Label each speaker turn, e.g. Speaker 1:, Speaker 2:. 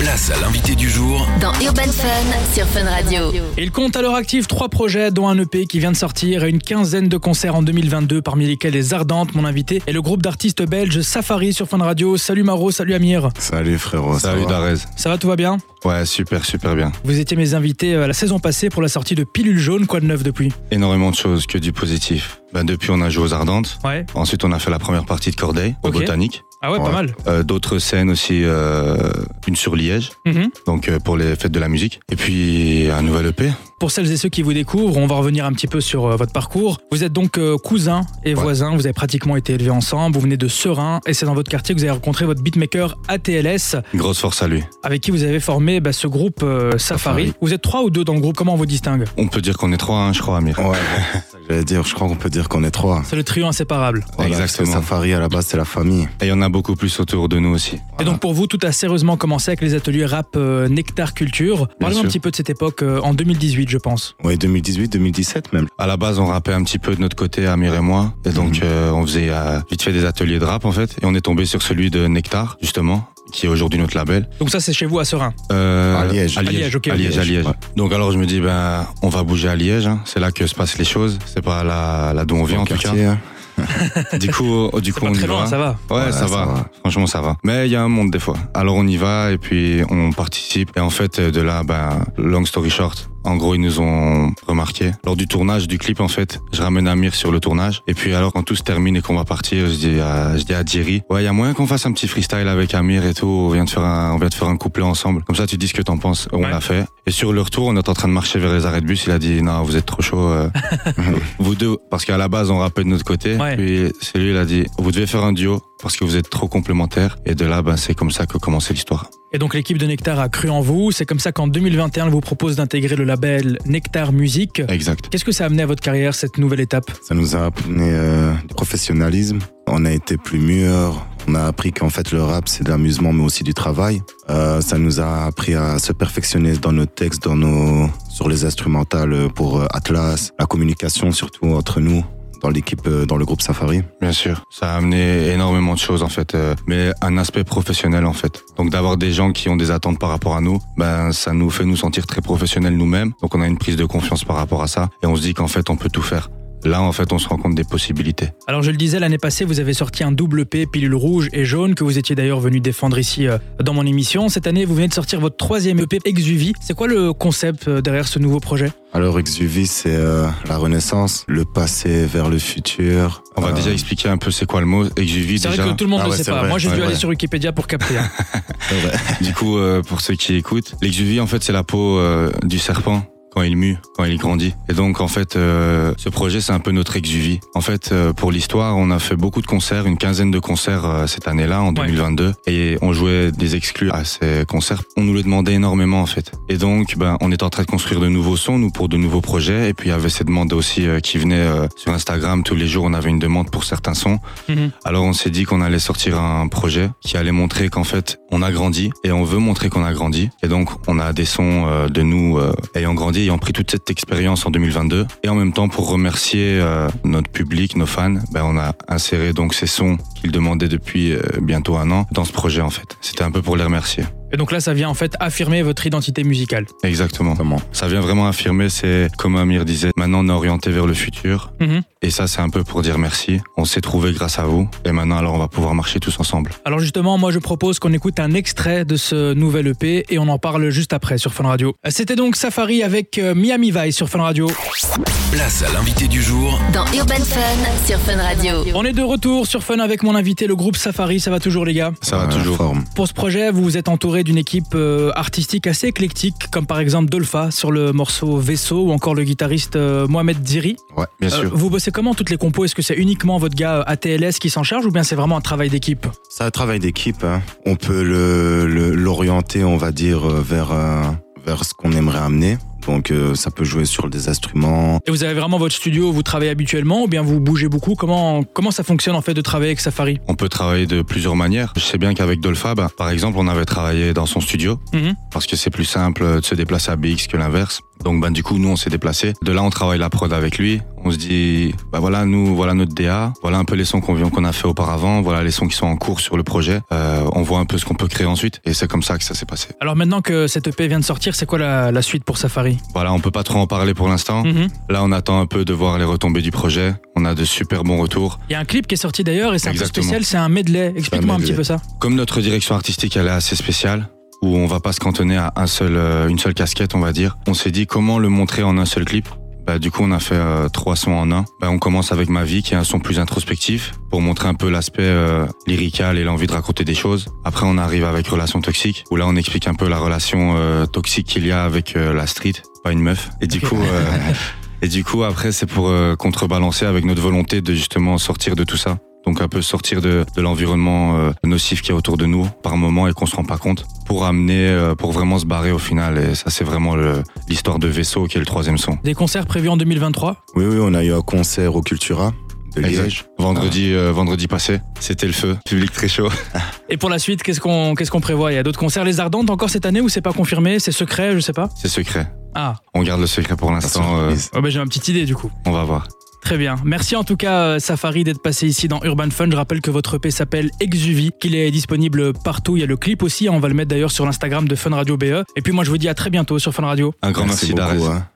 Speaker 1: Place à l'invité du jour
Speaker 2: Dans Urban Fun sur Fun Radio.
Speaker 3: Il compte à leur actif trois projets, dont un EP qui vient de sortir et une quinzaine de concerts en 2022, parmi lesquels les Ardentes, mon invité, et le groupe d'artistes belges Safari sur Fun Radio. Salut Maro, salut Amir.
Speaker 4: Salut frérot. ça
Speaker 5: Salut
Speaker 4: va
Speaker 5: Darez.
Speaker 3: Ça va, tout va bien
Speaker 4: Ouais, super, super bien.
Speaker 3: Vous étiez mes invités euh, la saison passée pour la sortie de Pilule Jaune, quoi de neuf depuis
Speaker 4: Énormément de choses, que du positif. Ben, depuis, on a joué aux Ardentes.
Speaker 3: Ouais.
Speaker 4: Ensuite, on a fait la première partie de Corday, au
Speaker 3: Ok.
Speaker 4: Botanique.
Speaker 3: Ah ouais, pas
Speaker 4: Ouais.
Speaker 3: mal.
Speaker 4: Euh, D'autres scènes aussi, euh, une sur Liège,
Speaker 3: Mhm.
Speaker 4: donc euh, pour les fêtes de la musique. Et puis, un nouvel E EP.
Speaker 3: Pour celles et ceux qui vous découvrent, on va revenir un petit peu sur euh, votre parcours. Vous êtes donc euh, cousins et
Speaker 4: Ouais.
Speaker 3: voisins, vous avez pratiquement été élevés ensemble, vous venez de Serein, et c'est dans votre quartier que vous avez rencontré votre beatmaker ATLS,
Speaker 4: Grosse force à lui.
Speaker 3: avec qui vous avez formé bah, ce groupe euh, Safari.
Speaker 4: Safari.
Speaker 3: Vous êtes trois ou deux dans le groupe, comment on vous distingue
Speaker 4: On peut dire qu'on est trois, hein, je crois, Amir.
Speaker 5: Ouais, j'allais dire, je crois qu'on peut dire qu'on est trois.
Speaker 3: C'est le trio inséparable.
Speaker 5: Voilà, parce que
Speaker 4: Exactement.
Speaker 5: Safari, à la base, c'est la famille.
Speaker 4: Et il y en a beaucoup plus autour de nous aussi.
Speaker 3: Et donc pour vous, tout a sérieusement commencé avec les ateliers rap euh, Nectar Culture. Parlez-moi un
Speaker 4: sûr.
Speaker 3: petit peu de cette époque euh, en 2018, je pense.
Speaker 5: Ouais, 2018, 2017 même.
Speaker 4: À la base, on rappait un petit peu de notre côté, Amir et moi. Et donc,
Speaker 5: Mhm.
Speaker 4: euh, on faisait euh, vite fait des ateliers de rap, en fait. Et on est tombé sur celui de Nectar, justement, qui est aujourd'hui notre label.
Speaker 3: Donc ça, c'est chez vous à Serein.
Speaker 4: Euh,
Speaker 5: À Liège.
Speaker 4: À
Speaker 3: À Liège,
Speaker 4: Liège,
Speaker 3: ok,
Speaker 4: à
Speaker 3: ok.
Speaker 4: Liège, à Liège.
Speaker 5: Ouais.
Speaker 4: Donc alors je me dis, ben, on va bouger à Liège, hein. c'est là que se passent les choses, c'est pas là, là d'où on vient en
Speaker 5: Au
Speaker 4: tout cas.
Speaker 5: quartier, hein.
Speaker 4: Du coup, euh, du coup
Speaker 3: Pas
Speaker 4: on y
Speaker 3: très loin,
Speaker 4: va.
Speaker 3: ça va.
Speaker 4: Ouais, ça, va. franchement ça va. Mais il y a un monde des fois. Alors on y va et puis on participe. Et en fait, de là, ben, long story short, en gros ils nous ont remarqué. Lors du tournage du clip, en fait, je ramène Amir sur le tournage. Et puis alors quand tout se termine et qu'on va partir, je dis à, je dis à Thierry, ouais, il y a moyen qu'on fasse un petit freestyle avec Amir et tout. On vient de faire un, on vient de faire un couplet ensemble. Comme ça, tu dis ce que t'en penses. On
Speaker 3: Ouais.
Speaker 4: l'a fait. Et sur le retour, on est en train de marcher vers les arrêts de bus. Il a dit, non, vous êtes trop chaud. euh, vous deux, parce qu'à la base, on rappelle de notre côté.
Speaker 3: Ouais.
Speaker 4: Puis c'est lui, il a dit, vous devez faire un duo parce que vous êtes trop complémentaires. Et de là, ben, c'est comme ça que commençait l'histoire.
Speaker 3: Et donc l'équipe de Nectar a cru en vous. C'est comme ça qu'en 2021, elle vous propose d'intégrer le label Nectar Music.
Speaker 4: Exact.
Speaker 3: Qu'est-ce que ça a amené à votre carrière, cette nouvelle étape
Speaker 5: Ça nous a amené euh, du professionnalisme. On a été plus mûrs. On a appris qu'en fait le rap c'est de l'amusement mais aussi du travail. Euh, ça nous a appris à se perfectionner dans nos textes, dans nos sur les instrumentales pour euh, Atlas, la communication surtout entre nous dans l'équipe, euh, dans le groupe Safari.
Speaker 4: Bien sûr. Ça a amené énormément de choses, en fait. euh, mais un aspect professionnel, en fait. Donc d'avoir des gens qui ont des attentes par rapport à nous, ben, ça nous fait nous sentir très professionnels nous-mêmes. Donc on a une prise de confiance par rapport à ça. Et on se dit qu'en fait, on peut tout faire. Là, en fait, on se rend compte des possibilités.
Speaker 3: Alors je le disais, l'année passée, vous avez sorti un double P, pilule rouge et jaune, que vous étiez d'ailleurs venu défendre ici euh, dans mon émission. Cette année, vous venez de sortir votre troisième EP, Exuvie. C'est quoi le concept euh, derrière ce nouveau projet
Speaker 5: Alors Exuvie c'est euh, la renaissance, le passé vers le futur.
Speaker 4: On va
Speaker 5: Euh,
Speaker 4: déjà expliquer un peu c'est quoi le mot exuvie
Speaker 3: C'est
Speaker 4: déjà.
Speaker 3: vrai que tout le monde
Speaker 5: Ah
Speaker 3: ne le
Speaker 5: ouais,
Speaker 3: sait
Speaker 5: c'est
Speaker 3: pas.
Speaker 5: vrai.
Speaker 3: Moi, j'ai
Speaker 4: Ouais,
Speaker 3: dû aller
Speaker 4: ouais.
Speaker 3: sur Wikipédia pour capter. hein.
Speaker 4: Du coup, euh, pour ceux qui écoutent, l'exuvie, en fait, c'est la peau euh, du serpent quand il mue, quand il grandit. Et donc, en fait, euh, ce projet, c'est un peu notre exuvie. En fait, euh, pour l'histoire, on a fait beaucoup de concerts, une quinzaine de concerts euh, cette année-là, en 2022, et on jouait des exclus à ces concerts. On nous le demandait énormément, en fait. Et donc, ben, on est en train de construire de nouveaux sons, nous, pour de nouveaux projets. Et puis, il y avait ces demandes aussi euh, qui venaient euh, sur Instagram. Tous les jours, on avait une demande pour certains sons.
Speaker 3: Mhm.
Speaker 4: Alors on s'est dit qu'on allait sortir un projet qui allait montrer qu'en fait on a grandi et on veut montrer qu'on a grandi. Et donc on a des sons euh, de nous euh, ayant grandi, ayant pris toute cette expérience en 2022. Et en même temps pour remercier euh, notre public, nos fans, ben, on a inséré donc ces sons qu'ils demandaient depuis euh, bientôt un an dans ce projet en fait. C'était un peu pour les remercier.
Speaker 3: Et donc là, ça vient en fait affirmer votre identité musicale.
Speaker 4: Exactement.
Speaker 5: Comment
Speaker 4: Ça vient vraiment affirmer, c'est comme Amir disait, maintenant on est orienté vers le futur.
Speaker 3: Mhm.
Speaker 4: Et ça c'est un peu pour dire merci. On s'est trouvé grâce à vous. Et maintenant alors on va pouvoir marcher tous ensemble.
Speaker 3: Alors justement, moi je propose qu'on écoute un extrait de ce nouvel EP et on en parle juste après sur Fun Radio. Euh, C'était donc Safari avec euh, Miami Vice sur Fun Radio.
Speaker 1: Place à l'invité du jour
Speaker 2: Dans Urban Fun sur Fun Radio.
Speaker 3: On est de retour sur Fun avec mon invité, le groupe Safari. Ça va toujours les gars
Speaker 4: Ça va
Speaker 5: Euh,
Speaker 4: toujours.
Speaker 5: forme.
Speaker 3: Pour ce projet, vous vous êtes entouré d'une équipe euh, artistique assez éclectique, comme par exemple Dolpha sur le morceau Vaisseau ou encore le guitariste euh, Mohamed Diri.
Speaker 4: Ouais, bien
Speaker 3: Euh,
Speaker 4: sûr.
Speaker 3: vous bossez comment toutes les compos Est-ce que c'est uniquement votre gars euh, ATLS qui s'en charge ou bien c'est vraiment un travail d'équipe
Speaker 5: C'est un travail d'équipe. hein. On peut le- le- l'orienter, on va dire, euh, vers, euh, vers ce qu'on aimerait amener. Donc, euh, ça peut jouer sur des instruments.
Speaker 3: Et vous avez vraiment votre studio où vous travaillez habituellement ou bien vous bougez beaucoup Comment, comment ça fonctionne en fait de travailler avec Safari
Speaker 4: On peut travailler de plusieurs manières. Je sais bien qu'avec Dolpha, bah, par exemple, on avait travaillé dans son studio
Speaker 3: Mhm.
Speaker 4: parce que c'est plus simple de se déplacer à BX que l'inverse. Donc ben du coup nous on s'est déplacé. De là on travaille la prod avec lui. On se dit bah voilà nous voilà notre DA, voilà un peu les sons qu'on vient qu'on a fait auparavant, voilà les sons qui sont en cours sur le projet. Euh, on voit un peu ce qu'on peut créer ensuite et c'est comme ça que ça s'est passé.
Speaker 3: Alors maintenant que cette EP vient de sortir, c'est quoi la, la suite pour Safari
Speaker 4: Voilà on peut pas trop en parler pour l'instant.
Speaker 3: Mhm.
Speaker 4: Là on attend un peu de voir les retombées du projet. On a de super bons retours.
Speaker 3: Il y a un clip qui est sorti d'ailleurs et c'est un peu
Speaker 4: Exactement.
Speaker 3: spécial, c'est un medley. Explique-moi un,
Speaker 5: medley.
Speaker 3: petit peu ça.
Speaker 4: Comme notre direction artistique, elle est assez spéciale, où on va pas se cantonner à un seul, euh, une seule casquette, on va dire. On s'est dit comment le montrer en un seul clip. Bah, du coup, on a fait euh, trois sons en un. Bah, on commence avec Ma vie, qui est un son plus introspectif, pour montrer un peu l'aspect euh, lyrical et l'envie de raconter des choses. Après, on arrive avec Relation toxique, où là, on explique un peu la relation euh, toxique qu'il y a avec euh, la street, pas une meuf. Et du
Speaker 3: Ok.
Speaker 4: coup, euh, et du coup, après, c'est pour euh, contrebalancer avec notre volonté de justement sortir de tout ça. Donc un peu sortir de, de l'environnement euh, nocif qui est autour de nous par moment et qu'on se rend pas compte pour amener, euh, pour vraiment se barrer au final. Et ça, c'est vraiment le- l'histoire de Vaisseau qui est le troisième son.
Speaker 3: Des concerts prévus en 2023.
Speaker 5: Oui, oui, on a eu un concert au Cultura de
Speaker 4: Exact.
Speaker 5: Liège.
Speaker 4: Vendredi, euh, vendredi passé, c'était le feu. Public très chaud.
Speaker 3: Et pour la suite, qu'est-ce qu'on qu'est-ce qu'on prévoit Il y a d'autres concerts Les Ardentes encore cette année ou c'est pas confirmé C'est secret, je sais pas.
Speaker 4: C'est secret.
Speaker 3: Ah,
Speaker 4: On garde le secret pour l'instant. euh,
Speaker 5: Surprise.
Speaker 3: oh bah j'ai ma petite idée du coup.
Speaker 4: on va voir.
Speaker 3: Très bien. Merci en tout cas, euh, Safari, d'être passé ici dans Urban Fun. Je rappelle que votre EP s'appelle Exuvie, qu'il est disponible partout. Il y a le clip E. aussi. On va le mettre d'ailleurs sur l'Instagram de Fun Radio BE. Et puis moi, je vous dis à très bientôt sur Fun Radio.
Speaker 4: Un grand merci,
Speaker 5: beaucoup.
Speaker 4: Darès.
Speaker 5: hein.